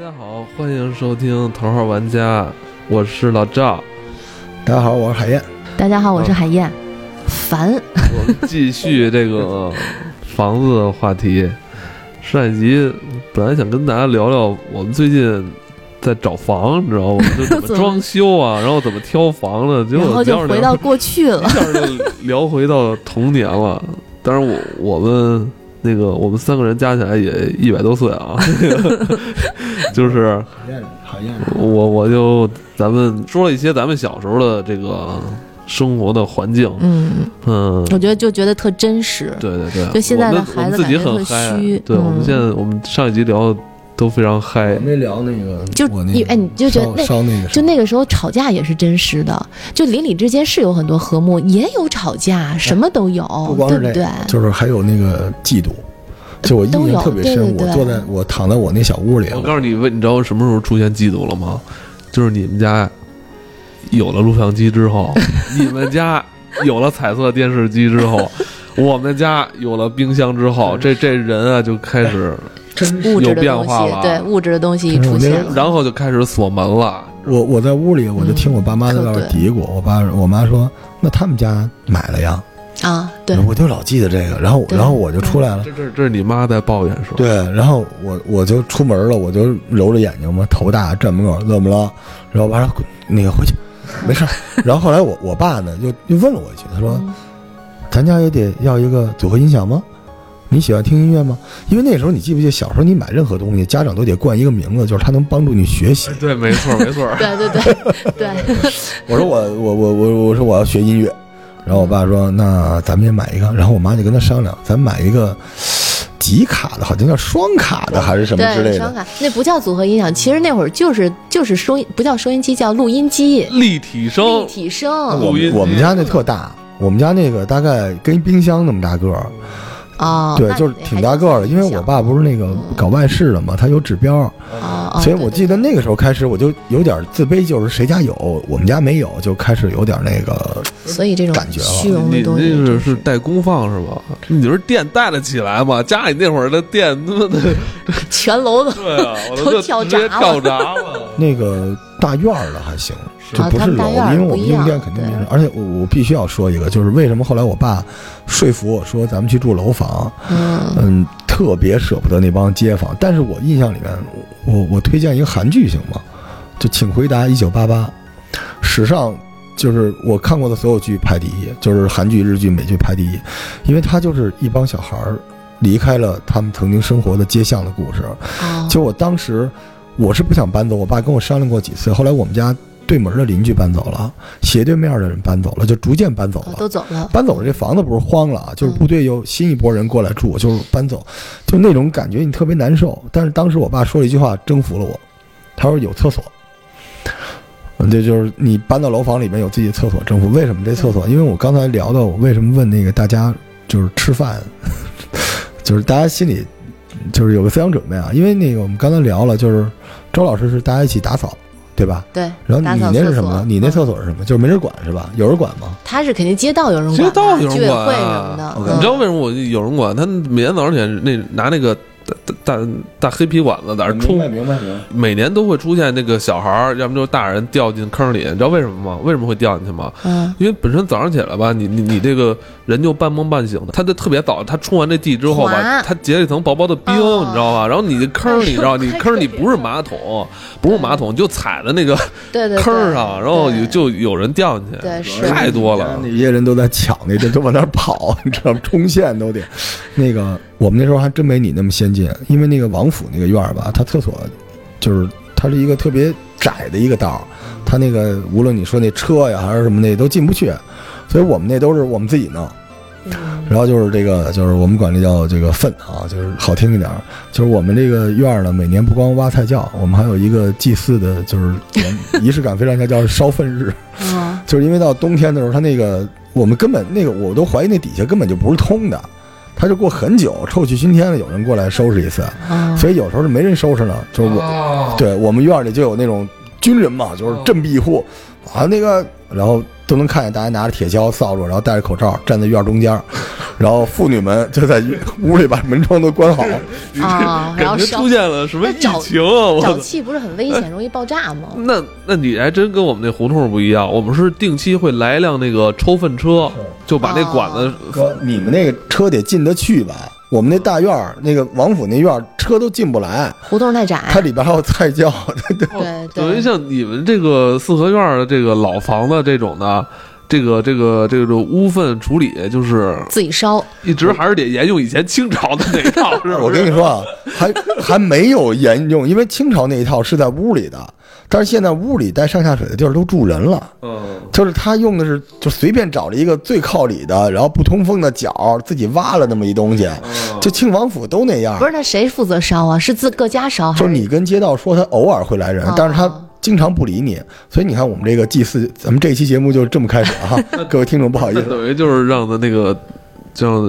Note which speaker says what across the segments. Speaker 1: 家好，欢迎收听《头号玩家》，我是老 赵，
Speaker 2: 大家好，我是海燕。
Speaker 3: 大家好，我是海燕。烦，
Speaker 1: 我们继续这 个房子的话题。上一集本来想跟大家聊聊我们最近在找房，你知道吗？就怎么
Speaker 3: 怎么
Speaker 1: 装修啊，然后怎么挑房的， 结
Speaker 3: 然
Speaker 1: 果
Speaker 3: 后就
Speaker 1: 聊着
Speaker 3: 回
Speaker 1: 聊
Speaker 3: 到过去了
Speaker 1: 一。下就聊回到童年了。当然我，我们那个我们三个人加起来也一百多岁啊， 就是
Speaker 2: 海燕，海燕，
Speaker 1: 我我就咱们说了一些咱们小时候的这个生活的环境，
Speaker 3: 嗯，
Speaker 1: 嗯，
Speaker 3: 我觉得就觉得特真实。
Speaker 1: 对对对，
Speaker 3: 就现在的
Speaker 1: 我们
Speaker 3: 孩子
Speaker 1: 我们自己
Speaker 3: 感觉
Speaker 1: 很
Speaker 3: 特
Speaker 1: 嗨，
Speaker 3: 虚
Speaker 1: 对、我们
Speaker 3: 嗯
Speaker 1: 现在我们上一集聊的都非常嗨
Speaker 2: 我，没聊那个，
Speaker 3: 就
Speaker 2: 我那
Speaker 3: 你
Speaker 2: 个
Speaker 3: 哎你就觉得
Speaker 2: 烧烧
Speaker 3: 那
Speaker 2: 那个
Speaker 3: 就
Speaker 2: 什么
Speaker 3: 那个时候吵架也是真实的，就邻里之间是有很多和睦，也有吵架，
Speaker 1: 哎
Speaker 3: 什么都有，
Speaker 2: 不光
Speaker 3: 对
Speaker 2: 是
Speaker 3: 不
Speaker 2: 这
Speaker 3: 对？
Speaker 2: 就是还有那个嫉妒，就我印
Speaker 3: 都有
Speaker 2: 象特别深。
Speaker 3: 对对对
Speaker 2: 我坐在我躺在我那小屋里，啊
Speaker 1: 我告诉你，问你知道什么时候出现嫉妒了吗？就是你们家有了录像机之 后，你们家有了彩色电视机之后，我们家有了冰箱之后，这这人啊就开始，
Speaker 2: 真
Speaker 3: 物质
Speaker 1: 有
Speaker 3: 的
Speaker 1: 变
Speaker 3: 东
Speaker 1: 化了啊
Speaker 3: 西，对物质的东西
Speaker 2: 真是
Speaker 3: 出
Speaker 2: 我
Speaker 3: 现
Speaker 2: 那
Speaker 3: 了。
Speaker 1: 然后就开始锁门了。
Speaker 2: 我我在屋里，我就听我爸妈在外
Speaker 3: 嗯
Speaker 2: 边
Speaker 3: 特对
Speaker 2: 嘀咕，我爸我妈说：“那他们家买了呀
Speaker 3: 啊，？”对，
Speaker 2: 我就老记得这个，然后
Speaker 3: 对
Speaker 2: 然后我就出来了。
Speaker 1: 这这这是你妈在抱怨是吧？
Speaker 2: 对，然后我我就出门了，我就揉着眼睛嘛，头大，站门口怎么了？然后我爸说：“那个回去，没事儿。”然后后来我我爸呢，就又问了我一句，他说：“
Speaker 3: 嗯。
Speaker 2: 咱家也得要一个组合音响吗？你喜欢听音乐吗？因为那时候你记不记得小时候你买任何东西，家长都得冠一个名字，就是他能帮助你学习
Speaker 1: 哎。 对，没错没错
Speaker 3: 对对对 对，
Speaker 2: 我说我我我我我说我要学音乐，然后我爸说那咱们也买一个，然后我妈就跟他商量，咱买一个几卡的，好像叫双卡的还是什么之类
Speaker 3: 对双
Speaker 2: 的。
Speaker 3: 卡那不叫组合音响，其实那会儿就是就是收音不叫收音机，叫录音机，
Speaker 1: 立体
Speaker 3: 立
Speaker 1: 声，
Speaker 3: 体
Speaker 2: 那
Speaker 3: 声
Speaker 2: 我
Speaker 1: 录音
Speaker 2: 们
Speaker 1: 机
Speaker 2: 我们家那特大，我们家那个大概跟冰箱那么大个儿，
Speaker 3: 啊，
Speaker 2: 对
Speaker 3: 那，
Speaker 2: 就是
Speaker 3: 你
Speaker 2: 挺
Speaker 3: 还
Speaker 2: 大个儿的。因为
Speaker 3: 小
Speaker 2: 我爸不是那个搞外事的嘛，他有指标。
Speaker 1: 啊
Speaker 3: 哦哦
Speaker 2: 所以
Speaker 3: 对
Speaker 2: 我
Speaker 3: 对
Speaker 2: 记得那个时候开始，我就有点自卑，就是谁家有，我们家没有，就开始有点那个。
Speaker 3: 所以这种
Speaker 2: 感觉了啊
Speaker 3: 虚荣
Speaker 1: 你
Speaker 3: 的
Speaker 1: 你
Speaker 3: 东
Speaker 1: 那
Speaker 3: 西真
Speaker 1: 是
Speaker 3: 是
Speaker 1: 是带功放是吧？你说电带得起来吗？家里那会儿的电，他妈的，
Speaker 3: 全楼 的
Speaker 1: 对啊，我
Speaker 3: 都
Speaker 1: 就
Speaker 3: 跳
Speaker 1: 直接
Speaker 3: 闸
Speaker 1: 跳闸了。
Speaker 2: 那个大院儿的还行，就
Speaker 3: 啊
Speaker 2: 不
Speaker 3: 他
Speaker 2: 是
Speaker 3: 们大
Speaker 2: 楼，
Speaker 3: 院儿
Speaker 2: 因为我
Speaker 3: 不
Speaker 2: 们
Speaker 3: 一
Speaker 2: 用
Speaker 3: 样
Speaker 2: 电肯定没
Speaker 3: 对
Speaker 2: 人。而且我我必须要说一个，就是为什么后来我爸说服我说咱们去住楼房，
Speaker 3: 嗯
Speaker 2: 嗯，特别舍不得那帮街坊。但是我印象里面，我我推荐一个韩剧行吗？就《请回答一九八八》，史上就是我看过的所有剧排第一，就是韩剧、日剧、美剧排第一，因为它就是一帮小孩儿离开了他们曾经生活的街巷的故事。
Speaker 3: 哦，
Speaker 2: 就我当时我是不想搬走，我爸跟我商量过几次，后来我们家对门的邻居搬走了，斜对面的人搬走了，就逐渐搬走
Speaker 3: 哦
Speaker 2: 了。
Speaker 3: 都走了，
Speaker 2: 搬走了，这房子不是荒
Speaker 3: 嗯
Speaker 2: 了啊，就是部队有新一波人过来住，就是搬走，就那种感觉你特别难受。但是当时我爸说了一句话征服了我，他说有厕所，嗯，这就是你搬到楼房里面有自己的厕所征服。为什么这厕所？
Speaker 3: 嗯
Speaker 2: 因为我刚才聊到我为什么问那个大家就是吃饭， 就是大家心里就是有个思想准备啊，因为那个我们刚才聊了，就是周老师是大家一起打扫。对吧？
Speaker 3: 对，
Speaker 2: 然后
Speaker 3: 打
Speaker 2: 你
Speaker 3: 扫
Speaker 2: 那
Speaker 3: 厕
Speaker 2: 是什么
Speaker 3: 所
Speaker 2: 呢？你那
Speaker 3: 嗯
Speaker 2: 厕所是什么？就是没人管是吧？有人管吗？
Speaker 3: 他是肯定街道有人 管
Speaker 1: 街
Speaker 3: 的，
Speaker 1: 道有
Speaker 3: 居
Speaker 1: 人
Speaker 3: 委
Speaker 1: 管
Speaker 3: 会什么
Speaker 1: 啊，
Speaker 3: 的，嗯
Speaker 1: 你知道为
Speaker 3: 么？
Speaker 1: 什么我有人管？他每天早上起来那拿那个大大大大黑皮管子在那儿冲，
Speaker 2: 明白明白。
Speaker 1: 每年都会出现那个小孩儿，要么就是大人掉进坑里。你知道为什么吗？为什么会掉进去吗？
Speaker 3: 嗯，
Speaker 1: 因为本身早上起来吧，你你你这个人就半梦半醒的，他就特别早，他冲完这地之后吧
Speaker 3: 滑，
Speaker 1: 他结了一层薄薄的冰，
Speaker 3: 哦
Speaker 1: 你知道吧？然后你这坑里，你
Speaker 3: 哎呦
Speaker 1: 知道，你
Speaker 3: 快
Speaker 1: 坑里
Speaker 3: 可以
Speaker 1: 不是
Speaker 3: 了
Speaker 1: 马桶，不是马桶，就踩在那个
Speaker 3: 对对对
Speaker 1: 坑儿上，然后有就有人掉进去，
Speaker 3: 对是
Speaker 1: 太多了
Speaker 2: 那。些人都在抢那地，都往那儿跑，你知道吗？冲线都得。那个我们那时候还真没你那么先进，因为那个王府那个院儿吧，它厕所就是它是一个特别窄的一个道儿，它那个无论你说那车呀还是什么那都进不去，所以我们那都是我们自己弄。
Speaker 3: 嗯
Speaker 2: 然后就是这个，就是我们管这叫这个粪啊，就是好听一点儿，就是我们这个院儿呢，每年不光挖菜窖，我们还有一个祭祀的，就是 我们仪式感非常强，叫烧粪日。
Speaker 3: 嗯
Speaker 2: 就是因为到冬天的时候，它那个我们根本那个我都怀疑那底下根本就不是通的，它就过很久，臭气熏天了，有人过来收拾一次，
Speaker 3: 嗯，
Speaker 2: 所以有时候是没人收拾呢，就是我，
Speaker 1: 哦，
Speaker 2: 对我们院里就有那种军人嘛，就是振臂护啊那个，然后都能看见大家拿着铁锹、扫帚，然后戴着口罩站在院中间儿，然后妇女们就在屋里把门窗都关好。
Speaker 3: 啊，然
Speaker 1: 感
Speaker 3: 后
Speaker 1: 觉
Speaker 3: 烧
Speaker 1: 出现了什么疫
Speaker 3: 找
Speaker 1: 情啊！我
Speaker 3: 沼
Speaker 1: 操
Speaker 3: 气不是很危险，容易爆炸吗？
Speaker 1: 那那你还真跟我们那胡同不一样，我们是定期会来一辆那个抽粪车，就把那
Speaker 3: 哦
Speaker 1: 管子
Speaker 2: 哥，你们那个车得进得去吧？我们那大院儿，那个王府那院儿车都进不来，
Speaker 3: 胡 同太窄
Speaker 2: 它，里边还有菜窖。
Speaker 3: 对
Speaker 1: 哦等于
Speaker 3: 对，
Speaker 1: 像你们这个四合院儿的这个老房子这种的，这个这个这个污粪处理，就是
Speaker 3: 自己烧，
Speaker 1: 一直还是得沿用以前清朝的那一 套，是不是？
Speaker 2: 我跟你说啊，还还没有沿用，因为清朝那一套是在屋里的，但是现在屋里带上下水的地儿都住人了。
Speaker 1: 嗯，
Speaker 2: 就是他用的是就随便找了一个最靠里的，然后不通风的角，自己挖了那么一东西。就庆王府都那样
Speaker 3: 哦不，是那谁负责烧啊？是自各家烧还
Speaker 2: 就是是你跟街道说他偶尔会来人
Speaker 3: 哦，
Speaker 2: 但是他经常不理你。所以你看我们这个祭祀，咱们这期节目就这么开始啊， 各位听众不好意
Speaker 1: 那
Speaker 2: 思，
Speaker 1: 等于就是让的那个让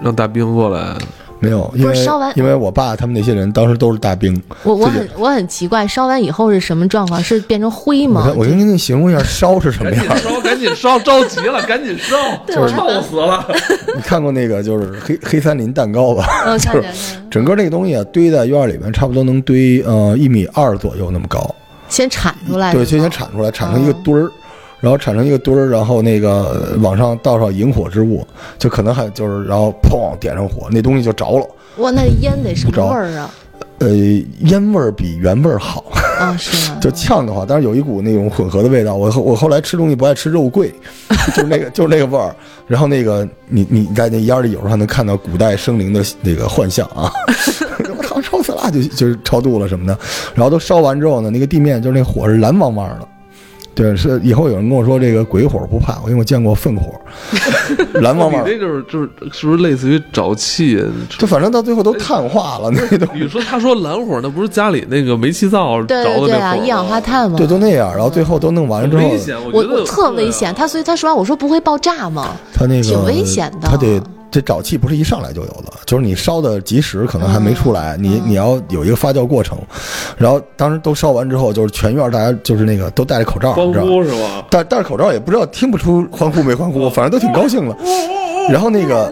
Speaker 1: 让大兵过来，
Speaker 2: 没有，因
Speaker 3: 不是
Speaker 2: 为
Speaker 3: 烧完
Speaker 2: 因为我爸他们那些人当时都是大兵。
Speaker 3: 我我
Speaker 2: 自己
Speaker 3: 很我很奇怪，烧完以后是什么状况？是变成灰
Speaker 2: 我
Speaker 3: 吗
Speaker 2: 跟？我跟您形容一下烧是什么
Speaker 1: 赶
Speaker 2: 样
Speaker 1: 紧。烧，赶紧烧，着急了，赶紧烧，
Speaker 3: 对我还
Speaker 1: 臭死了。
Speaker 2: 你看过那个就是黑黑森林蛋糕吧？
Speaker 1: 哦
Speaker 3: 嗯，看
Speaker 2: 就是
Speaker 3: 见看见
Speaker 2: 整个那个东西啊堆在院里面，差不多能堆呃一米二左右那么高。
Speaker 3: 先铲出来，
Speaker 2: 对，
Speaker 3: 是
Speaker 2: 先
Speaker 3: 吗
Speaker 2: 先铲出来，铲成一个堆儿，然后铲成一个堆儿，然后那个呃往上倒上引火之物，就可能还就是然后砰点上火，那东西就着了。
Speaker 3: 哇，那烟得什
Speaker 2: 不着
Speaker 3: 么味儿啊？
Speaker 2: 呃，烟味儿比原味儿好，
Speaker 3: 啊，是吗？
Speaker 2: 就呛得慌，但是有一股那种混合的味道。我后我后来吃东西不爱吃肉桂， 就是那个就是那个味儿。然后那个你你在那烟儿里有时候还能看到古代生灵的那个幻象啊， 我操，烧死了就就是超度了什么的。然后都烧完之后呢，那个地面就是那火是蓝汪汪的。对，是以后有人跟我说这个鬼火不怕，我因为我见过粪火， 蓝汪
Speaker 1: 你
Speaker 2: 汪，
Speaker 1: 这就是就是是不是类似于沼气？
Speaker 2: 就反正到最后都碳化了，那都
Speaker 1: 你说他说蓝火，那不是家里那个煤气灶着
Speaker 3: 对
Speaker 1: 的
Speaker 3: 对
Speaker 1: 那
Speaker 3: 对
Speaker 1: 火吗
Speaker 3: 啊，一氧化。碳嘛。
Speaker 2: 对都那样。然后最后都弄完了之后，
Speaker 1: 危险，我
Speaker 3: 我
Speaker 1: 觉得
Speaker 3: 我特危险，。
Speaker 1: 对啊
Speaker 3: 他所以他说完我说不会爆炸吗？
Speaker 2: 它那个
Speaker 3: 挺危险的
Speaker 2: 它得这沼气不是一上来就有的，就是你烧的及时，可能还没出来，你
Speaker 3: 嗯
Speaker 2: 你要有一个发酵过程。然后当时都烧完之后，就是全院大家就是那个都戴着口罩，
Speaker 1: 欢
Speaker 2: 你知道吗。
Speaker 1: 呼是吧？
Speaker 2: 戴戴着口罩也不知道听不出欢呼没欢呼，反正都挺高兴了。
Speaker 3: 嗯
Speaker 2: 然后那个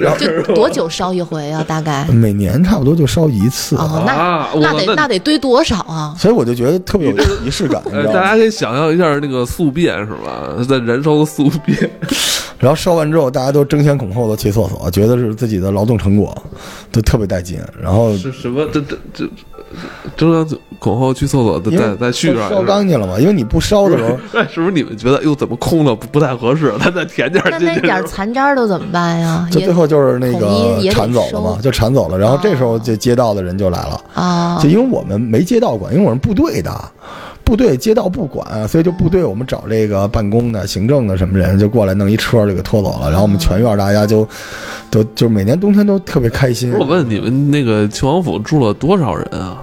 Speaker 1: 然后
Speaker 3: 就多久烧一回啊？大概
Speaker 2: 每年差不多就烧一次，
Speaker 3: 哦，
Speaker 1: 啊
Speaker 3: 那
Speaker 1: 我
Speaker 3: 那得
Speaker 1: 那
Speaker 3: 那得堆多少啊？
Speaker 2: 所以我就觉得特别有仪式 感，你
Speaker 1: 呃
Speaker 2: 知，道
Speaker 1: 大
Speaker 2: 吗
Speaker 1: 家？可以想象一下那个宿便是吧？ 在燃烧的宿便，
Speaker 2: 然后烧完之后，大家都争先恐后的去厕所，觉得是自己的劳动成果，都特别带劲。然后
Speaker 1: 是什么？这这这争先恐后去厕所，再
Speaker 2: 因为
Speaker 1: 再再续上
Speaker 2: 烧
Speaker 1: 一下。
Speaker 2: 干净了嘛，因为你不烧的时候。
Speaker 1: 哎，是不是你们觉得哟，怎么空了不不太合适？ 咱再填点
Speaker 3: 那
Speaker 1: 进
Speaker 3: 那
Speaker 1: 去。
Speaker 3: 点儿残渣儿都怎么办呀？
Speaker 2: 就
Speaker 3: 也
Speaker 2: 最后就是那
Speaker 3: 统
Speaker 2: 个
Speaker 3: 一也得
Speaker 2: 铲走了嘛
Speaker 3: 收，
Speaker 2: 就铲走了。然后
Speaker 3: 啊
Speaker 2: 这时候这街道的人就来了，
Speaker 3: 啊
Speaker 2: 就因为我们没街道管，因为我们部队的，部队街道不管，所以就部队我们找这个办公的、行政的什么人就过来弄一车就给拖走了。然后我
Speaker 3: 啊
Speaker 2: 们全院大家就都就每年冬天都特别开心
Speaker 1: 不是。我问你们，那个秦王府住了多少人啊？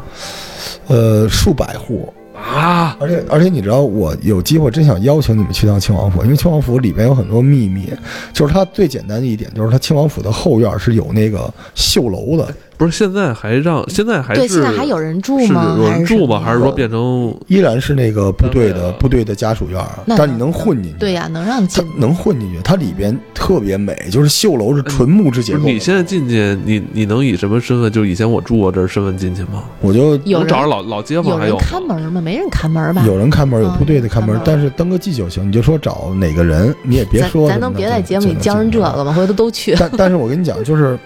Speaker 2: 呃，数百户。
Speaker 1: 啊，
Speaker 2: 而且而且你知道，我有机会真想邀请你们去趟亲王府，因为亲王府里面有很多秘密。就是它最简单的一点，就是它亲王府的后院是有那个绣楼的，
Speaker 1: 不是现在还让现在还是
Speaker 3: 对，现在还有人住
Speaker 1: 是
Speaker 3: 吗？
Speaker 1: 有
Speaker 3: 还
Speaker 1: 人
Speaker 3: 是
Speaker 1: 住
Speaker 3: 什么
Speaker 1: 吗？还是说变成
Speaker 2: 依然是那个部队
Speaker 1: 单位
Speaker 2: 的
Speaker 1: 啊
Speaker 2: 部队的家属院儿，
Speaker 3: 那
Speaker 2: 但你能混进去，
Speaker 3: 对呀、能让
Speaker 2: 它
Speaker 3: 进
Speaker 2: 能混进去，它里边特别美，就是绣楼是纯木质结
Speaker 1: 不
Speaker 2: 构
Speaker 1: 是
Speaker 2: 的。
Speaker 1: 你现在进去，你你能以什么身份？就是以前我住过这儿身份进去吗？
Speaker 2: 我就
Speaker 1: 能
Speaker 3: 有人
Speaker 1: 找着老老街坊
Speaker 3: 有
Speaker 1: 还
Speaker 3: 人
Speaker 1: 有
Speaker 3: 看
Speaker 1: 吗？
Speaker 3: 门吗？没人看门吧？
Speaker 2: 有人看门，有
Speaker 3: 嗯
Speaker 2: 部队的看门
Speaker 3: 看门，
Speaker 2: 但是登个记就行，你就说找哪个人，你也别
Speaker 3: 咱
Speaker 2: 说
Speaker 3: 咱
Speaker 2: 什
Speaker 3: 能
Speaker 2: 么
Speaker 3: 别
Speaker 2: 的
Speaker 3: 在
Speaker 2: 就
Speaker 3: 节目里
Speaker 2: 就
Speaker 3: 教人
Speaker 2: 就
Speaker 3: 这个吗？回头都去。
Speaker 2: 但但是我跟你讲，就是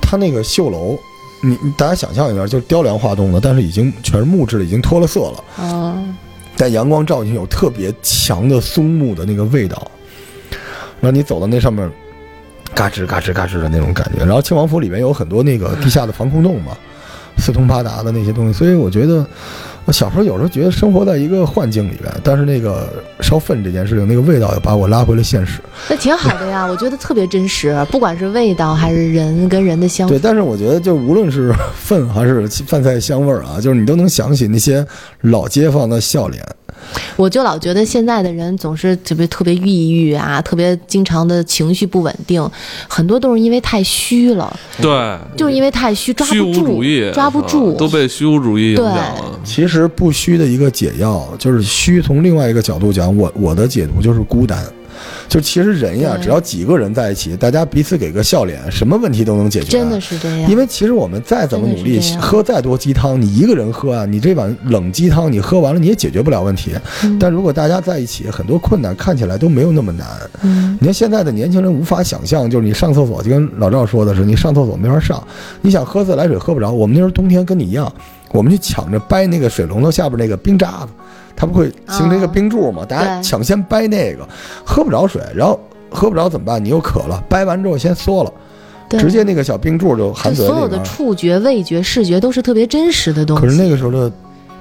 Speaker 2: 它那个绣楼。你你大家想象一下，就是雕梁画栋的，但是已经全是木质的，已经脱了色了。
Speaker 3: 嗯，
Speaker 2: 但阳光照进去有特别强的松木的那个味道，然后你走到那上面，嘎吱嘎吱嘎吱的那种感觉。然后庆王府里面有很多那个地下的防空洞嘛，四通八达的那些东西。所以我觉得，我小时候有时候觉得生活在一个幻境里边，但是那个烧粪这件事情，那个味道也把我拉回了现实。
Speaker 3: 那挺好的呀，我觉得特别真实，不管是味道还是人跟人的相处
Speaker 2: 对，但是我觉得，就无论是 粪还是饭菜香味儿啊，就是你都能想起那些老街坊的笑脸。
Speaker 3: 我就老觉得现在的人总是特别特别抑郁啊，特别经常的情绪不稳定，很多都是因为太虚了，
Speaker 1: 对，
Speaker 3: 就是因为太虚，抓
Speaker 1: 虚
Speaker 3: 不
Speaker 1: 无主
Speaker 3: 住，
Speaker 1: 义，
Speaker 3: 抓不住
Speaker 1: 啊都被虚无主义影响了。
Speaker 2: 其实不虚的一个解药，就是虚。从另外一个角度讲，我我的解读就是孤单。就其实人呀，
Speaker 3: 对
Speaker 2: 只要几个人在一起，大家彼此给个笑脸，什么问题都能解决。啊
Speaker 3: 真的是这样。
Speaker 2: 因为其实我们再怎么努力
Speaker 3: 真的是这，样
Speaker 2: 喝再多鸡汤，你一个人喝啊，你这碗冷鸡汤你喝完了你也解决不了问题。
Speaker 3: 嗯
Speaker 2: 但如果大家在一起，很多困难看起来都没有那么难。
Speaker 3: 嗯
Speaker 2: 你看现在的年轻人无法想象，就是你上厕所，就跟老赵说的是，你上厕所没法上，你想喝自来水喝不着。我们那时候冬天跟你一样，我们去抢着掰那个水龙头下边那个冰渣子，它不会形成一个冰柱嘛？大家
Speaker 3: 对
Speaker 2: 抢先掰那个，喝不着水，然后喝不着怎么办？你又渴了，掰完之后先缩了，
Speaker 3: 对
Speaker 2: 直接那个小冰柱就含
Speaker 3: 就
Speaker 2: 嘴
Speaker 3: 所有
Speaker 2: 里
Speaker 3: 的
Speaker 2: 边。
Speaker 3: 触觉、味觉、视觉都是特别真实的东西。
Speaker 2: 可是那个时候的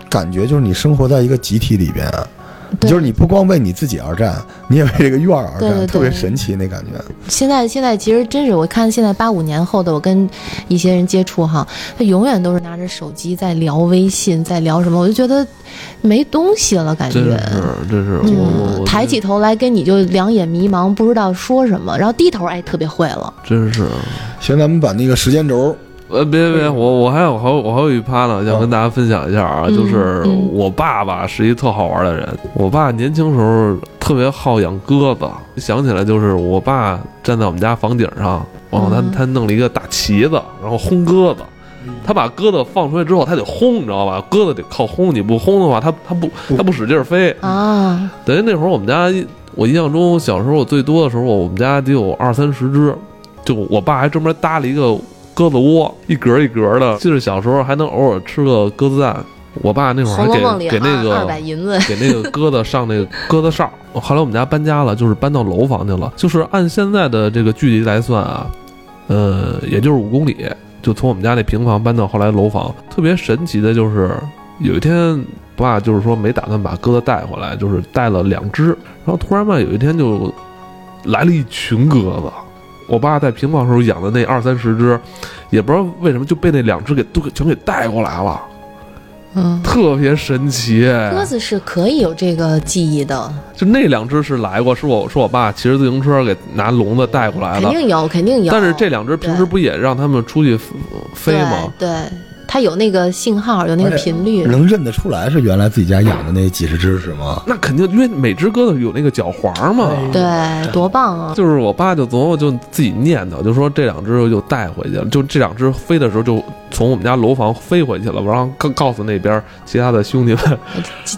Speaker 2: 感觉就是你生活在一个集体里边啊。
Speaker 3: 对
Speaker 2: 就是你不光为你自己而战，你也为这个院儿而
Speaker 3: 对
Speaker 2: 战，
Speaker 3: 对对
Speaker 2: 特别神奇那感觉。
Speaker 3: 现在现在其实真是，我看现在八五年后的我跟一些人接触哈，他永远都是拿着手机在聊微信，在聊什么，我就觉得没东西了，感
Speaker 1: 真
Speaker 3: 觉
Speaker 1: 是。，真是，我我
Speaker 3: 嗯，
Speaker 1: 我
Speaker 3: 抬起头来跟你就两眼迷茫，不知道说什么，然后低头哎特别会了，
Speaker 1: 真是，
Speaker 2: 行，咱们把那个时间轴
Speaker 1: 呃，别别，我我还有还有我还有一趴呢，想跟大家分享一下啊，
Speaker 3: 嗯
Speaker 1: 就是
Speaker 3: 嗯
Speaker 1: 我爸爸是一特好玩的人，我爸年轻时候特别好养鸽子，想起来就是我爸站在我们家房顶上，然后他
Speaker 3: 嗯
Speaker 1: 他弄了一个大旗子，然后轰鸽子。他把鸽子放出来之后，他得轰，你知道吧？鸽子得靠轰，你不轰的话，它它不它不使劲儿飞。
Speaker 3: 啊，
Speaker 1: 等于那会儿我们家，我印象中小时候我最多的时候，我们家得有二三十只，就我爸还专门搭了一个鸽子窝，一格一格的。记得小时候还能偶尔吃个鸽子蛋，我爸那会
Speaker 3: 《
Speaker 1: 儿
Speaker 3: 红楼梦》
Speaker 1: 还
Speaker 3: 里啊
Speaker 1: 给给那
Speaker 3: 二
Speaker 1: 个
Speaker 3: 二百银子，
Speaker 1: 给那个鸽子上那个鸽子哨。后来我们家搬家了，就是搬到楼房去了。就是按现在的这个距离来算啊，呃，也就是五公里，就从我们家那平房搬到后来楼房。特别神奇的就是，有一天爸就是说没打算把鸽子带回来，就是带了两只，然后突然吧有一天就来了一群鸽子。我爸在平房时候养的那二三十只，也不知道为什么就被那两只给都给全给带过来了，
Speaker 3: 嗯，
Speaker 1: 特别神奇。
Speaker 3: 鸽子是可以有这个记忆的，
Speaker 1: 就那两只是来过，是我是我爸骑着自行车给拿笼子带过来
Speaker 3: 肯
Speaker 1: 的。
Speaker 3: 定有，肯定有。
Speaker 1: 但是这两只平时不也让他们出去飞吗？
Speaker 3: 对，对，它有那个信号，有那个
Speaker 2: 而且
Speaker 3: 频率，
Speaker 2: 能认得出来是原来自己家养的那几十只是吗？
Speaker 1: 那肯定，因为每只鸽子有那个脚环嘛。
Speaker 2: 哎
Speaker 3: 对，多棒啊！
Speaker 1: 就是我爸就琢磨，就自己念叨，就说这两只就带回去了，就这两只飞的时候就从我们家楼房飞回去了，然后告告诉那边其他的兄弟们，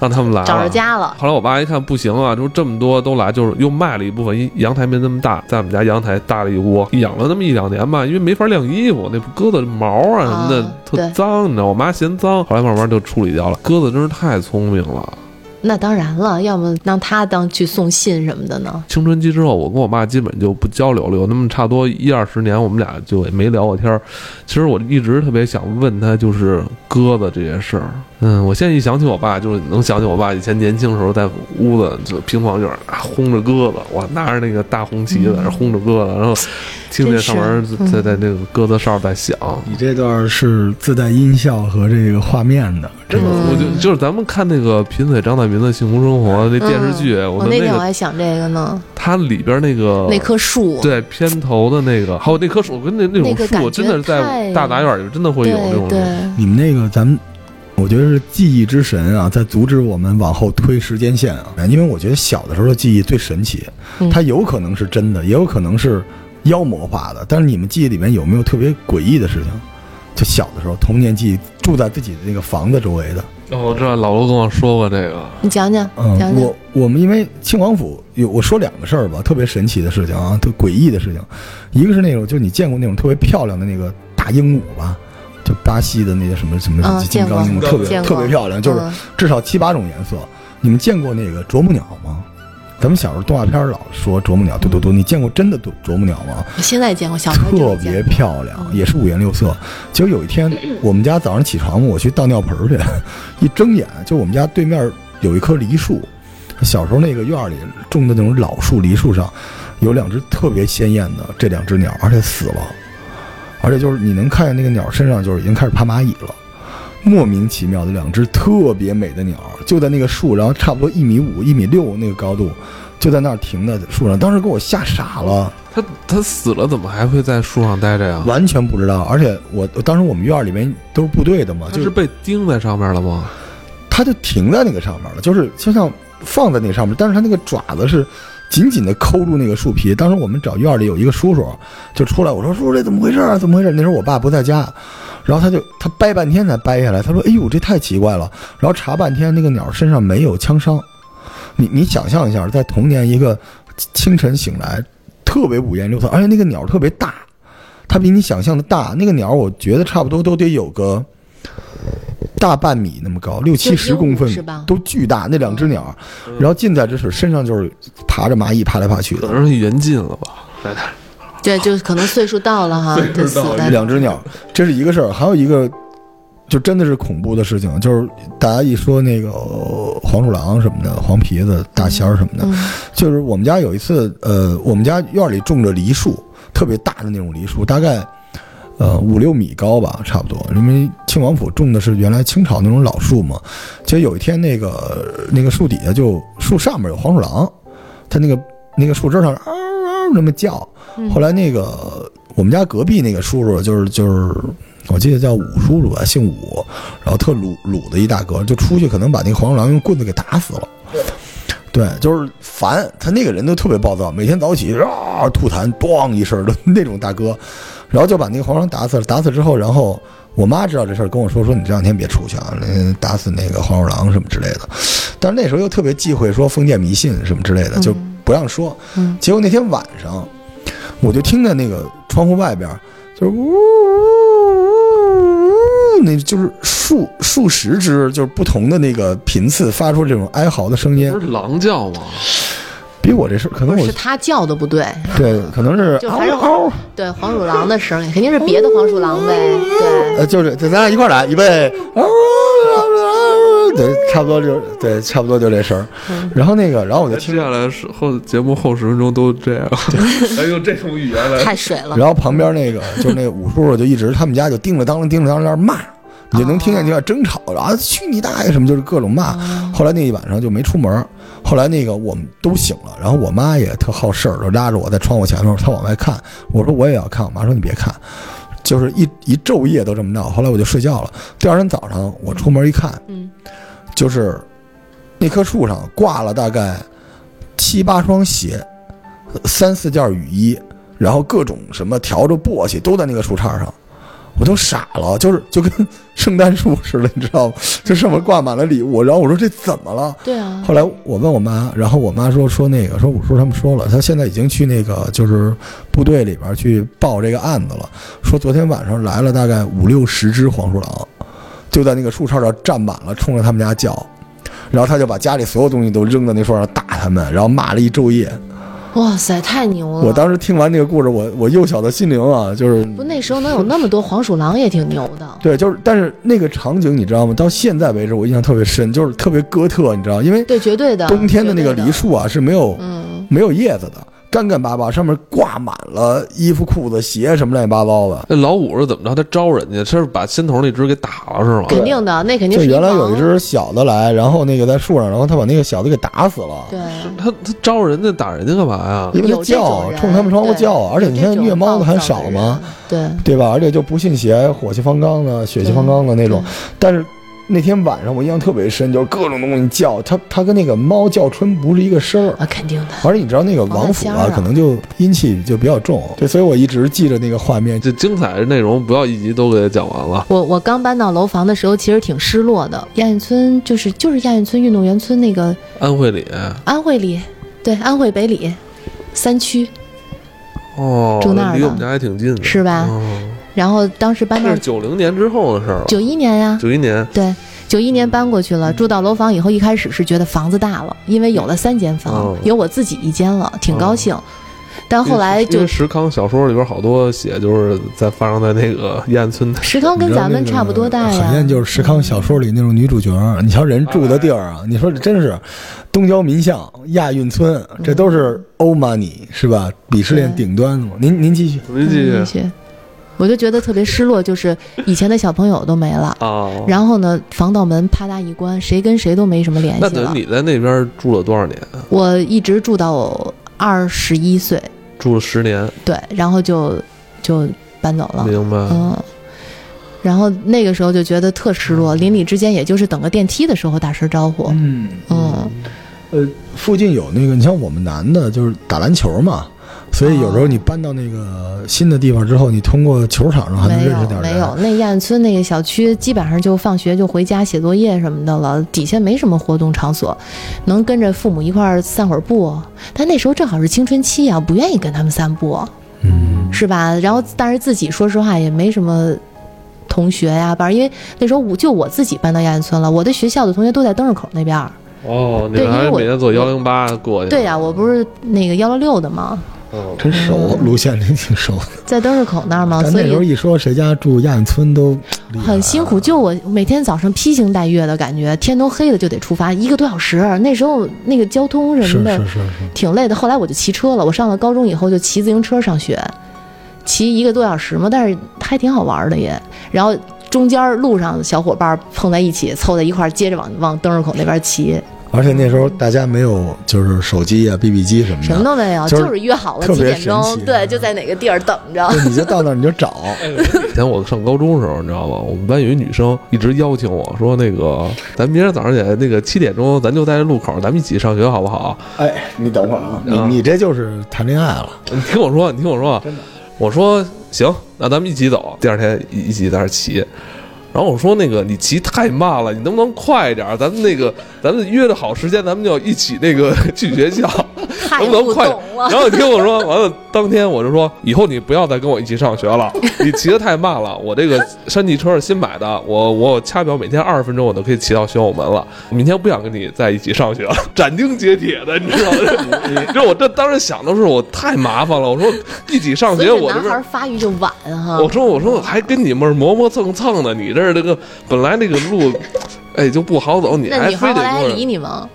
Speaker 1: 让他们来了
Speaker 3: 哎找着家了，
Speaker 1: 后来我爸一看不行啊，就这么多都来，就是又卖了一部分，一阳台没那么大，在我们家阳台搭了一窝，养了那么一两年吧，因为没法晾衣服，那鸽子毛啊什么的、
Speaker 3: 啊
Speaker 1: 特
Speaker 3: 对
Speaker 1: 脏，你知道，我妈嫌脏，后来慢慢就处理掉了。鸽子真是太聪明了，
Speaker 3: 那当然了，要么让他当去送信什么的呢？
Speaker 1: 青春期之后，我跟我爸基本就不交流了，有那么差不多一二十年，我们俩就也没聊过天儿。其实我一直特别想问他，就是鸽子这些事儿。嗯，我现在一想起我爸，就是能想起我爸以前年轻时候在屋子就平房院儿啊轰着鸽子，我拿着那个大红旗在那儿轰着鸽子，然后听见上面儿
Speaker 3: 真是嗯
Speaker 1: 在在那个鸽子哨在响。
Speaker 4: 你这段是自带音效和这个画面的，这
Speaker 1: 真的，
Speaker 3: 嗯
Speaker 1: 我就就是咱们看那个贫嘴张大民的幸福生活那电视剧，
Speaker 3: 嗯
Speaker 1: 我
Speaker 3: 我
Speaker 1: 的
Speaker 3: 那
Speaker 1: 那
Speaker 3: 天我
Speaker 1: 个
Speaker 3: 还想这个呢，
Speaker 1: 它里边那个
Speaker 3: 那棵树，
Speaker 1: 对片头的那个，还有那棵树跟那那
Speaker 3: 那
Speaker 1: 种
Speaker 3: 个感
Speaker 1: 树，
Speaker 3: 觉
Speaker 1: 真的是在
Speaker 3: 太
Speaker 1: 大杂院里真的会有那种
Speaker 3: 对对
Speaker 4: 你们那个咱们，我觉得是记忆之神啊，在阻止我们往后推时间线啊，
Speaker 2: 因为我觉得小的时候的记忆最神奇
Speaker 3: 嗯，
Speaker 2: 它有可能是真的，也有可能是妖魔化的。但是你们记忆里面有没有特别诡异的事情？就小的时候，童年记忆住在自己的那个房子周围的。
Speaker 1: 哦，我知道老罗跟我说过这个，
Speaker 3: 你讲讲，
Speaker 2: 嗯
Speaker 3: 讲，讲
Speaker 2: 我我们因为庆王府有我说两个事儿吧，特别神奇的事情啊，特诡异的事情。一个是那种，就你见过那种特别漂亮的那个大鹦鹉吧，就巴西的那些什么什么
Speaker 3: 啊
Speaker 2: 金刚鹦
Speaker 4: 见
Speaker 2: 鹉，
Speaker 4: 过
Speaker 2: 特别
Speaker 3: 见过
Speaker 2: 特别漂亮，就是
Speaker 3: 嗯
Speaker 2: 至少七八种颜色。你们见过那个啄木鸟吗？咱们小时候动画片儿老说啄木鸟，嘟嘟嘟，你见过真的啄啄木鸟吗？
Speaker 3: 我现在见过，小时候
Speaker 2: 特
Speaker 3: 真的
Speaker 2: 别
Speaker 3: 见过
Speaker 2: 漂亮，
Speaker 3: 嗯
Speaker 2: 也是五颜六色。结果有一天，我们家早上起床，我去倒尿盆儿去，一睁眼就我们家对面有一棵梨树，小时候那个院儿里种的那种老树，梨树上有两只特别鲜艳的这两只鸟，而且死了，而且就是你能看见那个鸟身上就是已经开始爬蚂蚁了。莫名其妙的两只特别美的鸟，就在那个树，然后差不多一米五、一米六那个高度，就在那儿停在树上，当时给我吓傻了，
Speaker 1: 他他死了怎么还会在树上待着呀？
Speaker 2: 完全不知道。而且我当时我们院儿里面都是部队的嘛，
Speaker 1: 他
Speaker 2: 就是
Speaker 1: 被钉在上面了吗？
Speaker 2: 它就停在那个上面了，就是就像放在那个上面，但是它那个爪子是紧紧的抠住那个树皮。当时我们找院里有一个叔叔就出来，我说叔叔这怎么回事啊？怎么回事？那时候我爸不在家，然后他就他掰半天才掰下来，他说哎呦这太奇怪了。然后查半天那个鸟身上没有枪伤，你你想象一下，在童年一个清晨醒来，特别五颜六色，而且那个鸟特别大，它比你想象的大。那个鸟我觉得差不多都得有个。大半米那么高，六七十
Speaker 3: 就鹦鹉
Speaker 2: 公分
Speaker 3: 是吧
Speaker 2: 都巨大，那两只鸟，然后近在咫尺，身上就是爬着蚂蚁爬来爬去
Speaker 1: 可
Speaker 2: 的，
Speaker 1: 能是人进了吧，在那儿
Speaker 3: 对，就是可能岁数到了哈，就死在
Speaker 2: 两只鸟，这是一个事儿。还有一个，就真的是恐怖的事情，就是大家一说那个呃黄鼠狼什么的、黄皮子、大仙儿什么的，
Speaker 3: 嗯
Speaker 2: 就是我们家有一次，呃，我们家院里种着梨树，特别大的那种梨树，大概呃五六米高吧，差不多。因为庆王府种的是原来清朝那种老树嘛，结果有一天那个那个树底下就树上面有黄鼠狼，它那个那个树枝上嗷嗷那么叫。
Speaker 3: 嗯
Speaker 2: 后来那个我们家隔壁那个叔叔就是就是。我记得叫武叔叔吧，姓武，然后特鲁鲁的一大哥，就出去可能把那个黄鼠狼用棍子给打死了。对，就是烦他那个人就特别暴躁，每天早起啊吐痰，咣一声的 那种大哥，然后就把那个黄狼打死了。打死之后，然后我妈知道这事儿，跟我说说你这两天别出去啊，那打死那个黄鼠狼什么之类的。但是那时候又特别忌讳说封建迷信什么之类的，就不让说。
Speaker 3: 嗯
Speaker 2: 结果那天晚上，我就听见那个窗户外边儿就是呜呜呜，那就是数数十只就是不同的那个频次发出这种哀嚎的声音
Speaker 1: 不，是狼叫吗？
Speaker 2: 比我这事儿可能
Speaker 3: 不
Speaker 2: 我
Speaker 3: 是他叫的不对，
Speaker 2: 对可能是
Speaker 3: 就
Speaker 2: 嗷
Speaker 3: 还是
Speaker 2: 嗷，
Speaker 3: 对黄鼠狼的声音肯定是别的黄鼠狼呗，对，
Speaker 2: 呃，就是对，咱俩一块儿来，预备，嗷嗷嗷嗷嗷对，差不多就对，差不多就这声儿。
Speaker 3: 嗯
Speaker 2: 然后那个，然后我就听
Speaker 1: 接下来是后节目后十分钟都这 样，还用哎这种语言来。
Speaker 3: 太水了，
Speaker 2: 然后旁边那个 就是那个武叔叔就一直他们家就叮了当啷叮了当啷在那骂，你就能听见就在争吵，然后去你大爷什么就是各种骂。后来那一晚上就没出门儿，后来那个我们都醒了，然后我妈也特好事儿，就拉着我在窗户前头，她往外看，我说我也要看，我妈说你别看，就是一一昼夜都这么闹。后来我就睡觉了，第二天早上我出门一看，
Speaker 3: 嗯，
Speaker 2: 就是那棵树上挂了大概七八双鞋，三四件雨衣，然后各种什么笤帚、簸箕都在那个树杈上，我都傻了，就是就跟圣诞树似的，你知道吗？就上面挂满了礼物，然后我说这怎么了？
Speaker 3: 对啊，
Speaker 2: 后来我问我妈，然后我妈说说那个说我叔他们说了，他现在已经去那个就是部队里边去报这个案子了，说昨天晚上来了大概五六十只黄鼠狼，就在那个树杈上站满了，冲着他们家叫，然后他就把家里所有东西都扔到那树上打他们，然后骂了一昼夜。
Speaker 3: 哇塞，太牛了！
Speaker 2: 我当时听完这个故事，我我幼小的心灵啊，就是
Speaker 3: 不那时候能有那么多黄鼠狼也挺牛的，
Speaker 2: 对，就是但是那个场景你知道吗？到现在为止我印象特别深，就是特别哥特，你知道，因为
Speaker 3: 对，绝对的，
Speaker 2: 冬天的那个
Speaker 3: 绝对
Speaker 2: 梨树啊是没有。
Speaker 3: 嗯，
Speaker 2: 没有叶子的，干干巴巴，上面挂满了衣服、裤子、鞋什么乱七八糟的。
Speaker 1: 那老五是怎么着？他招人家，他是把先头那只给打了是吗？
Speaker 3: 肯定的，那肯定
Speaker 2: 就是原来有一
Speaker 3: 王
Speaker 2: 只小的来，然后那个在树上，然后他把那个小的给打死了，
Speaker 3: 对。
Speaker 1: 他他招人家打人家干嘛呀？
Speaker 2: 因为它
Speaker 3: 有这种
Speaker 2: 叫，
Speaker 3: 人
Speaker 2: 冲他们窗户
Speaker 3: 对
Speaker 2: 叫，啊而且你
Speaker 3: 有这
Speaker 2: 看
Speaker 3: 种
Speaker 2: 虐猫的还
Speaker 3: 暴躁
Speaker 2: 少
Speaker 3: 人
Speaker 2: 吗？？
Speaker 3: 对，
Speaker 2: 对吧？而且就不信邪，火气方刚的、血气方刚的那种。但是那天晚上我印象特别深，就是各种东西叫，它它跟那个猫叫春不是一个声儿。
Speaker 3: 啊，肯定的。
Speaker 2: 而且你知道那个王府
Speaker 3: 王八仙
Speaker 2: 啊
Speaker 3: 儿，啊
Speaker 2: 可能就阴气就比较重，对，所以我一直记着那个画面，
Speaker 1: 这精彩的内容不要一集都给讲完了。
Speaker 3: 我我刚搬到楼房的时候，其实挺失落的。亚运村就是就是亚运村运动员村那个
Speaker 1: 安慧里
Speaker 3: 安徽里，对，安徽北里三区
Speaker 1: 哦，
Speaker 3: 住那儿的
Speaker 1: 离我们家还挺近的，
Speaker 3: 是吧？
Speaker 1: 哦，
Speaker 3: 然后当时搬
Speaker 1: 那
Speaker 3: 到
Speaker 1: 是九零年之后的事儿了。
Speaker 3: 九一年呀、
Speaker 1: 九一年，
Speaker 3: 对，九一年搬过去
Speaker 2: 嗯
Speaker 3: 了，住到楼房以后，一开始是觉得房子大了，因为有了三间房
Speaker 2: 嗯
Speaker 1: 哦，
Speaker 3: 有我自己一间了，挺高兴。但后来
Speaker 1: 因
Speaker 3: 就
Speaker 1: 为石康小说里边好多写就是在发生在那个燕村的，
Speaker 3: 石哦康跟咱们差不多大呀
Speaker 2: 海，燕就是石康小说里那种女主角儿，你瞧人住的地儿啊，你说这真是东郊民巷、亚运村，这
Speaker 3: 嗯
Speaker 2: 都是欧玛尼是吧？鄙视链顶端的嘛。您您继续，
Speaker 1: 您记
Speaker 3: 嗯
Speaker 1: 续
Speaker 3: 去我就觉得特别失落，就是以前的小朋友都没了。
Speaker 1: 啊。
Speaker 3: 然后呢，防盗门啪嗒一关，谁跟谁都没什么联
Speaker 1: 那
Speaker 3: 系
Speaker 1: 等
Speaker 3: 了
Speaker 1: 于。你在那边住了多少年？
Speaker 3: 我一直住到我二十一岁，
Speaker 1: 住了十年，
Speaker 3: 对，然后就就搬走了。
Speaker 1: 明白？
Speaker 3: 嗯，然后那个时候就觉得特失落，邻里之间也就是等个电梯的时候打声招呼。
Speaker 4: 嗯，
Speaker 3: 嗯，
Speaker 2: 附近有那个，你像我们男的，就是打篮球嘛，所以有
Speaker 3: 哦
Speaker 2: 时候你搬到那个新的地方之后，你通过球场上还啊能
Speaker 3: 没
Speaker 2: 认识
Speaker 3: 有
Speaker 2: 点人。
Speaker 3: 没有，那燕村那个小区基本上就放学就回家写作业什么的了，底下没什么活动场所，能跟着父母一块儿散会儿步。但那时候正好是青春期啊，不愿意跟他们散步，
Speaker 2: 嗯，
Speaker 3: 是吧？然后但是自己说实话也没什么。同学呀、班儿，因为那时候我就我自己搬到燕安村了，我的学校的同学都在灯市口那边儿。
Speaker 1: 哦，你
Speaker 3: 对
Speaker 1: 们还
Speaker 3: 因为我
Speaker 1: 每天走幺零八过去？
Speaker 2: 啊
Speaker 3: 对呀、我不是那个幺六六的吗？
Speaker 1: 哦
Speaker 2: 真熟，路线真挺熟。
Speaker 3: 在灯市口那儿嘛，
Speaker 2: 咱
Speaker 3: 嗯哦所
Speaker 2: 那时候
Speaker 3: 以
Speaker 2: 一说谁家住亚运村都啊
Speaker 3: 很辛苦。就我每天早上披星戴月的感觉，天都黑了就得出发，一个多小时。那时候那个交通
Speaker 2: 是
Speaker 3: 什么
Speaker 2: 是
Speaker 3: 的
Speaker 2: 是是，
Speaker 3: 挺累的。后来我就骑车了，我上了高中以后就骑自行车上学，骑一个多小时嘛，但是还挺好玩的也。然后中间路上小伙伴碰在一起，凑在一块儿，接着往往灯市口那边骑，
Speaker 2: 而且那时候大家没有就是手机啊、BB 机什么的，
Speaker 3: 什么都没有，
Speaker 2: 就是
Speaker 3: 就是约好了
Speaker 2: 特
Speaker 3: 几
Speaker 2: 别
Speaker 3: 点钟
Speaker 2: 神，奇
Speaker 3: 对，就在哪个地儿等着。
Speaker 2: 就 你就到那儿你就找，
Speaker 1: 以前我上高中的时候，你知道吗？我们班有一女生一直邀请我说：“那个，咱明天早上起来，那个七点钟，咱就在这路口，咱们一起上学好不好
Speaker 4: 哎，你等会儿啊，
Speaker 2: 你你这就是谈恋爱了。？”
Speaker 1: 你听我说，你听我说，啊我说行，那咱们一起走。第二天一一起在那儿骑。然后我说那个你骑太慢了，你能不能快一点儿？咱们那个咱们约的好时间，咱们就一起那个 去学校，
Speaker 3: 太
Speaker 1: 能不能
Speaker 3: 不
Speaker 1: 快？
Speaker 3: 懂了
Speaker 1: 然，后你听我说，完了当天我就说，以后你不要再跟我一起上学 了，你骑得太慢了。我这个山地车是新买的，我我掐表每天二十分钟我都可以骑到玄武门了。我明天不想跟你在一起上学了，斩钉截铁的，你知道 吗？ 就是我这当时想的是我太麻烦了，我说一起上
Speaker 3: 所
Speaker 1: 学
Speaker 3: 以
Speaker 1: 我
Speaker 3: 这
Speaker 1: 这
Speaker 3: 男孩
Speaker 1: 边
Speaker 3: 儿。发育就晚哈。
Speaker 1: 我说我说还跟你们磨磨蹭蹭的，你这儿这个本来那个路，哎就不好走，你
Speaker 3: 那
Speaker 1: 还
Speaker 3: 女孩
Speaker 1: 非
Speaker 3: 儿后
Speaker 1: 得
Speaker 3: 来还
Speaker 1: 跟我
Speaker 3: 理你吗？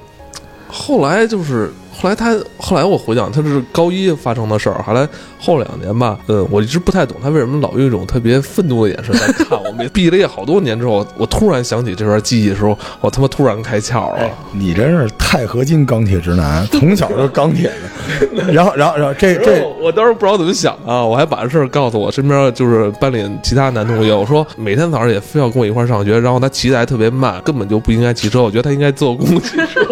Speaker 1: 后来就是后来他后来我回想，他是高一发生的事儿。后来后两年吧，嗯，我一直不太懂他为什么老用一种特别愤怒的眼神在看我们。毕了业好多年之后，我突然想起这段记忆的时候，我他妈突然开窍啊
Speaker 4: 哦
Speaker 1: 了。
Speaker 2: 哎你真是钛合金钢铁直 男，从小就钢铁的。然后，然后，然后这
Speaker 1: 这
Speaker 4: 哦
Speaker 2: 这，
Speaker 1: 我当时不知道怎么想啊，我还把这事儿告诉我身边就是班里其他男同学，我说每天早上也非要跟我一块儿上学，然后他骑的还特别慢，根本就不应该骑车，我觉得他应该坐公共汽车。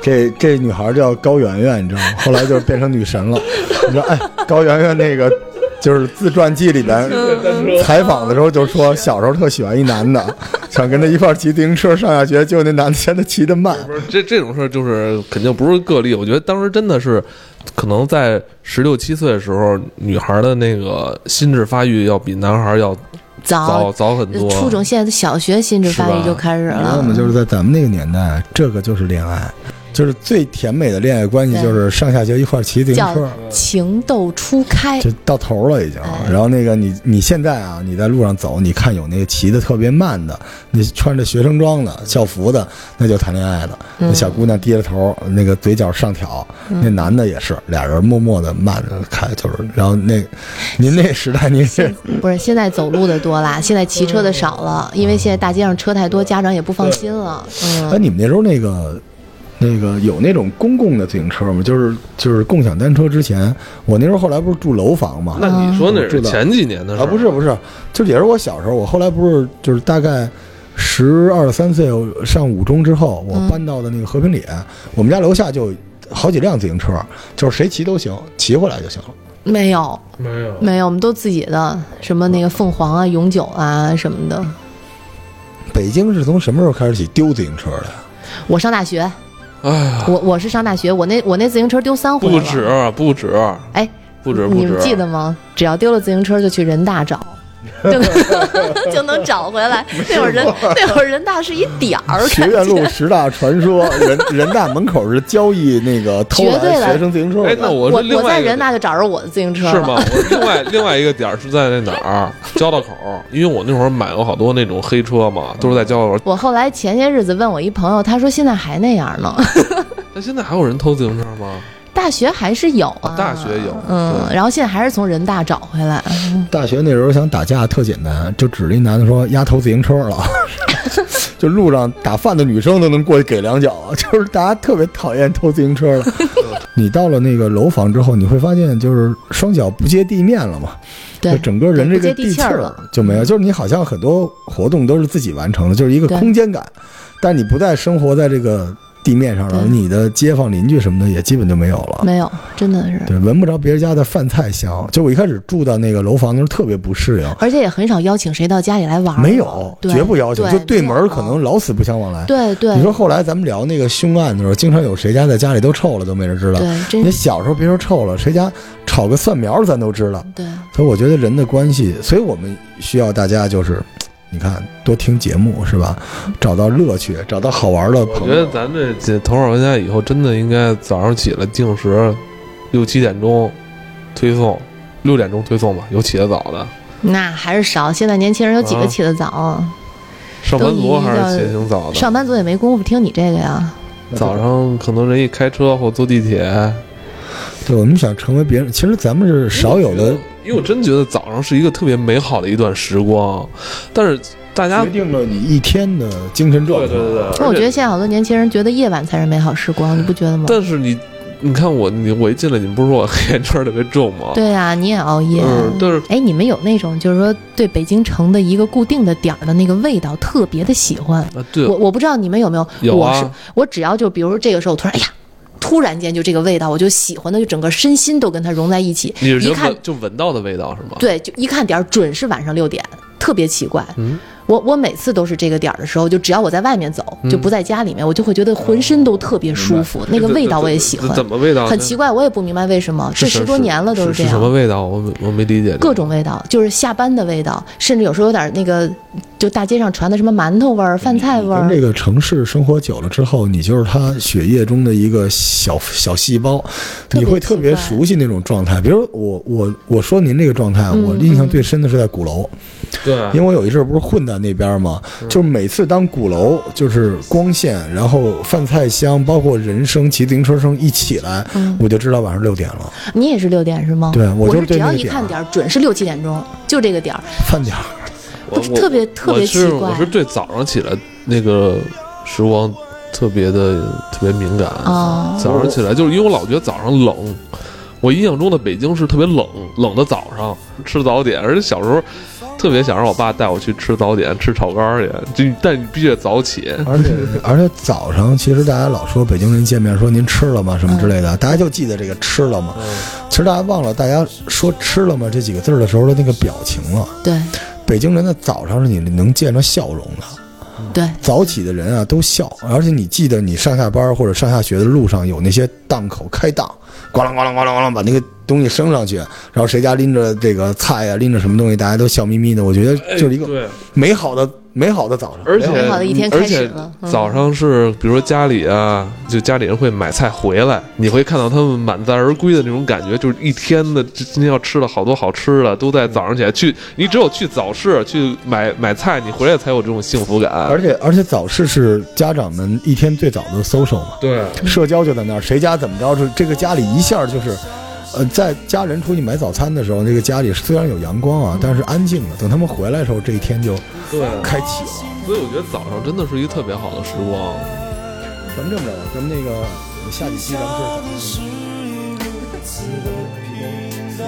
Speaker 2: 这这女孩叫高圆圆，你知 道吗？后来就变成女神了。你知道，哎，高圆圆那个就是自传记里边采访的时候就说，小时候特喜欢一男的，想跟他一块儿骑自行车上下学，结果那男的嫌他骑得慢。
Speaker 1: 不是这这种事儿，就是肯定不是个例。我觉得当时真的是，可能在十六七岁的时候，女孩的那个心智发育要比男孩要早
Speaker 3: 早，
Speaker 1: 早很多。
Speaker 3: 啊初中现在小学心智发
Speaker 1: 是吧
Speaker 3: 育就开始
Speaker 2: 你知道
Speaker 3: 了
Speaker 2: 吗？。就是在咱们那个年代，这个就是恋爱，就是最甜美的恋爱关系，
Speaker 3: 对
Speaker 2: 就是上下学一块儿骑自行车
Speaker 3: 叫。情窦初开，
Speaker 2: 就到头了已经。
Speaker 3: 哎
Speaker 2: 然后那个你你现在啊，你在路上走，你看有那个骑的特别慢的，你穿着学生装的校服的，那就谈恋爱的。那
Speaker 3: 嗯
Speaker 2: 小姑娘低着头，那个嘴角上挑，那男的也是，俩人默默的慢着开，就是。然后那，您那时代您是
Speaker 3: 不是现在走路的多啦，现在骑车的少了，因为现在大街上车太多，家长也不放心了。
Speaker 2: 哎，
Speaker 3: 嗯，
Speaker 2: 你们那时候那个那个有那种公共的自行车吗？就是就是共享单车之前，我那时候后来不是住楼房嘛，
Speaker 1: 那你说那
Speaker 2: 嗯我知
Speaker 1: 是
Speaker 2: 道
Speaker 1: 前几年的事儿
Speaker 2: 啊，不是不是，就是也是我小时候，我后来不是就是大概十二三岁我上五中之后，我
Speaker 3: 嗯
Speaker 2: 搬到的那个和平里，我们家楼下就有好几辆自行车，就是谁骑都行，骑回来就行了。
Speaker 3: 没有
Speaker 1: 没有
Speaker 3: 没有，我们都自己的，什么那个凤凰啊、永久啊什么的。
Speaker 2: 北京是从什么时候开始起丢自行车的呀？
Speaker 3: 我上大学，
Speaker 1: 哎，
Speaker 3: 我我是上大学，我那我那自行车丢三回
Speaker 1: 不
Speaker 3: 了。
Speaker 1: 止啊不止，
Speaker 3: 哎，
Speaker 1: 不止不
Speaker 3: 你
Speaker 1: 止
Speaker 3: 们，记得吗？只要丢了自行车就去人 大找，就能 就能找回来。那会儿人那会儿人大是一点儿，
Speaker 2: 学
Speaker 3: 感
Speaker 2: 院
Speaker 3: 觉
Speaker 2: 路十大传说，人人大门口是交易那个偷
Speaker 3: 绝对
Speaker 2: 来
Speaker 3: 了
Speaker 2: 学生自行车
Speaker 1: 哎，那
Speaker 2: 的。
Speaker 1: 我
Speaker 3: 我
Speaker 1: 是另
Speaker 3: 在
Speaker 1: 外一个
Speaker 3: 人大就找着我的自行车了。
Speaker 1: 是吗？我另外另外一个点儿是在那哪儿？啊交道口儿，因为我那会儿买过好多那种黑车嘛，都是在交道口儿。
Speaker 3: 我后来前些日子问我一朋友，他说现在还那样呢，
Speaker 1: 那现在还有人偷自行车吗？
Speaker 3: 大学还是有
Speaker 1: 哦
Speaker 3: 啊，
Speaker 1: 大学有
Speaker 3: 嗯，
Speaker 1: 对
Speaker 3: 然后现在还是从人大找回来，啊
Speaker 2: 大学那时候想打架特简单，就指着一男的说丫偷自行车 了，就路上打饭的女生都能过去给两脚， 就是大家特别讨厌偷自行车 了。你到了那个楼房之后，你会发现就是双脚不接地面了嘛，
Speaker 3: 对
Speaker 2: 就，整个人这个
Speaker 3: 对不接地
Speaker 2: 气
Speaker 3: 气儿
Speaker 2: 儿
Speaker 3: 了嗯
Speaker 2: 就没有，就是你好像很多活动都是自己完成的，就是一个
Speaker 3: 对
Speaker 2: 空间感，但你不再生活在这个地面上了，
Speaker 3: 对
Speaker 2: 你的街坊邻居什么的也基本就没有了。
Speaker 3: 没有，真的是，
Speaker 2: 对，闻不着别人家的饭菜香。就我一开始住到那个楼房的时候特别不适应，
Speaker 3: 而且也很少邀请谁到家里来玩儿了，
Speaker 2: 没有，
Speaker 3: 对
Speaker 2: 绝不邀请，就对门儿
Speaker 3: 没有
Speaker 2: 可能老死不相往来。
Speaker 3: 对对，
Speaker 2: 你说后来咱们聊那个凶案的时候，经常有谁家在家里都臭了都没人知道。
Speaker 3: 对，真
Speaker 2: 你
Speaker 3: 是
Speaker 2: 小时候别说臭了，谁家炒个蒜苗儿咱都知道。
Speaker 3: 对
Speaker 2: 所以我觉得人的关系，所以我们需要大家就是，你看多听节目是吧？找到乐趣，找到好玩的
Speaker 1: 我觉
Speaker 2: 朋
Speaker 1: 得
Speaker 2: 友。
Speaker 1: 咱这这头号玩家以后真的应该早上起来定时六七点钟推送，六点钟推送吧，有起得早的。
Speaker 3: 那还是少。现在年轻人有几个
Speaker 1: 啊
Speaker 3: 起得早啊？
Speaker 1: 上班族还是
Speaker 3: 都一
Speaker 1: 起
Speaker 3: 定
Speaker 1: 挺早的，
Speaker 3: 上班族也没工夫听你这个呀。
Speaker 1: 早上可能人一开车或坐地铁，
Speaker 2: 对，我们想成为别人，其实咱们是少有的
Speaker 1: 因为我真觉得早上是一个特别美好的一段时光，但是大家
Speaker 2: 决定了你一天的精神状态。
Speaker 3: 那我觉得现在
Speaker 1: 在，
Speaker 3: 好多年轻人觉得夜晚才是美好时光，你不觉得吗？
Speaker 1: 但是你你看我你我一进来，你不是说我 黑眼圈特别重吗？
Speaker 3: 对呀、你也熬夜。
Speaker 1: 嗯，但是
Speaker 3: 哎，你们有那种就是说对北京城的一个固定的点儿的那个味道特别的喜欢？
Speaker 1: 啊对
Speaker 3: 我我不知道你们有没有，
Speaker 1: 有
Speaker 3: 我是
Speaker 1: 啊，
Speaker 3: 我只要就比如这个时候，我突然哎呀，突然间就这个味道，我就喜欢的，就整个身心都跟它融在一起。
Speaker 1: 你是觉
Speaker 3: 一
Speaker 1: 得
Speaker 3: 看
Speaker 1: 闻就闻到的味道是吗？
Speaker 3: 对，就一看点儿准是晚上六点，特别奇怪。
Speaker 1: 嗯
Speaker 3: 我我每次都是这个点儿的时候，就只要我在外面走，
Speaker 1: 嗯
Speaker 3: 就不在家里面，我就会觉得浑身都特别舒服，那个味道我也喜欢
Speaker 1: 怎，么嗯味道？
Speaker 3: 很奇怪，我也不明白为什么，
Speaker 1: 是
Speaker 3: 这
Speaker 1: 是
Speaker 3: 十多年了
Speaker 1: 是
Speaker 3: 都这
Speaker 1: 什么
Speaker 3: 样。
Speaker 1: 味道？我没我没理解这个
Speaker 3: 各种味道，就是下班的味道，甚至有时候有点那个，就大街上传的什么馒头味儿、饭菜味
Speaker 2: 跟
Speaker 3: 儿
Speaker 2: 这，个城市生活久了之后，你就是他血液中的一个小小细胞，
Speaker 3: 别
Speaker 2: 你会特别
Speaker 3: 奇怪
Speaker 2: 熟悉那种状态。比如我我我说您这个状态，
Speaker 3: 嗯
Speaker 2: 我印象最深的是在鼓楼，
Speaker 1: 对，
Speaker 2: 因为我有一阵儿不是混在那边嘛，
Speaker 3: 嗯
Speaker 2: 就是每次当鼓楼就是光线，然后饭菜香，包括人声、骑自行车声一起来，我就知道晚上六点了，
Speaker 3: 嗯你也是六点是吗？
Speaker 2: 对我
Speaker 3: 哦我
Speaker 2: 就是是对
Speaker 3: 只要
Speaker 2: 那个
Speaker 3: 一
Speaker 2: 点儿
Speaker 3: 看点儿，准是六七点钟，就这个点儿。
Speaker 2: 饭点儿。
Speaker 1: 我
Speaker 3: 不
Speaker 1: 我
Speaker 3: 特别特别
Speaker 1: 我是
Speaker 3: 奇怪
Speaker 1: 我是对早上起来那个时光特别的特别敏感。
Speaker 3: 哦
Speaker 1: 早上起来就是因为我老觉得早上冷，我印象中的北京是特别冷，冷的早上吃早点，而且小时候。特别想让我爸带我去吃早点，吃炒肝儿去，就但你必须得早起。
Speaker 2: 而且而且早上，其实大家老说北京人见面说您吃了吗什
Speaker 1: 嗯
Speaker 2: 么之类的，大家就记得这个吃了吗。其实大家忘了，大家说吃了吗这几个字儿的时候的那个表情了。
Speaker 3: 对
Speaker 2: 北京人的早上是你能见着笑容的，
Speaker 3: 对，
Speaker 2: 早起的人啊都笑，而且你记得你上下班或者上下学的路上有那些档口开档，咣啷咣啷咣啷咣啷把那个东西升上去，然后谁家拎着这个菜呀、拎着什么东西，大家都笑眯眯的。我觉得就是一个
Speaker 1: 哎对，
Speaker 2: 美好的美好的早上，
Speaker 1: 而且
Speaker 3: 美好的一天开始了嗯
Speaker 1: 而且早上是，比如说家里啊，就家里人会买菜回来，你会看到他们满载而归的那种感觉，就是一天的这今天要吃了好多好吃的，都在早上起来去。你只有去早市去买买菜，你回来才有这种幸福感。
Speaker 2: 而且而且早市是家长们一天最早的 social 嘛，
Speaker 1: 对，
Speaker 2: 社交就在那儿，谁家怎么着，是这个家里一下就是，呃，在家人出去买早餐的时候，那个家里虽然有阳光啊，但是安静的。等他们回来的时候，这一天就
Speaker 1: 对，啊
Speaker 2: 开启了。
Speaker 1: 所以我觉得早上真的是一个特别好的时光。
Speaker 2: 咱们这么着吧，咱们那个下几期咱们就是咱们
Speaker 5: 是一个字的平淡，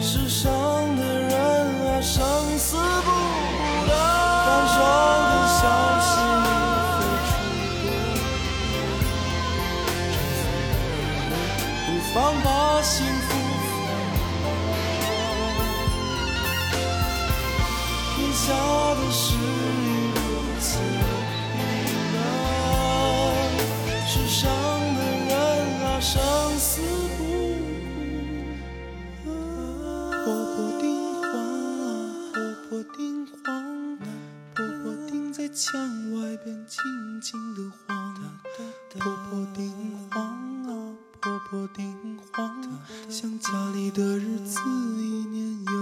Speaker 5: 世上的人啊，生死不等。放手的消息你飞出，不妨把幸福放天下的事如此平淡。世上的人啊，生死不顾。活泼丁黄啊，活泼丁黄啊，婆婆丁在墙外边静静的晃啊，婆婆丁黄啊，婆婆丁黄啊，像家里的日子一年一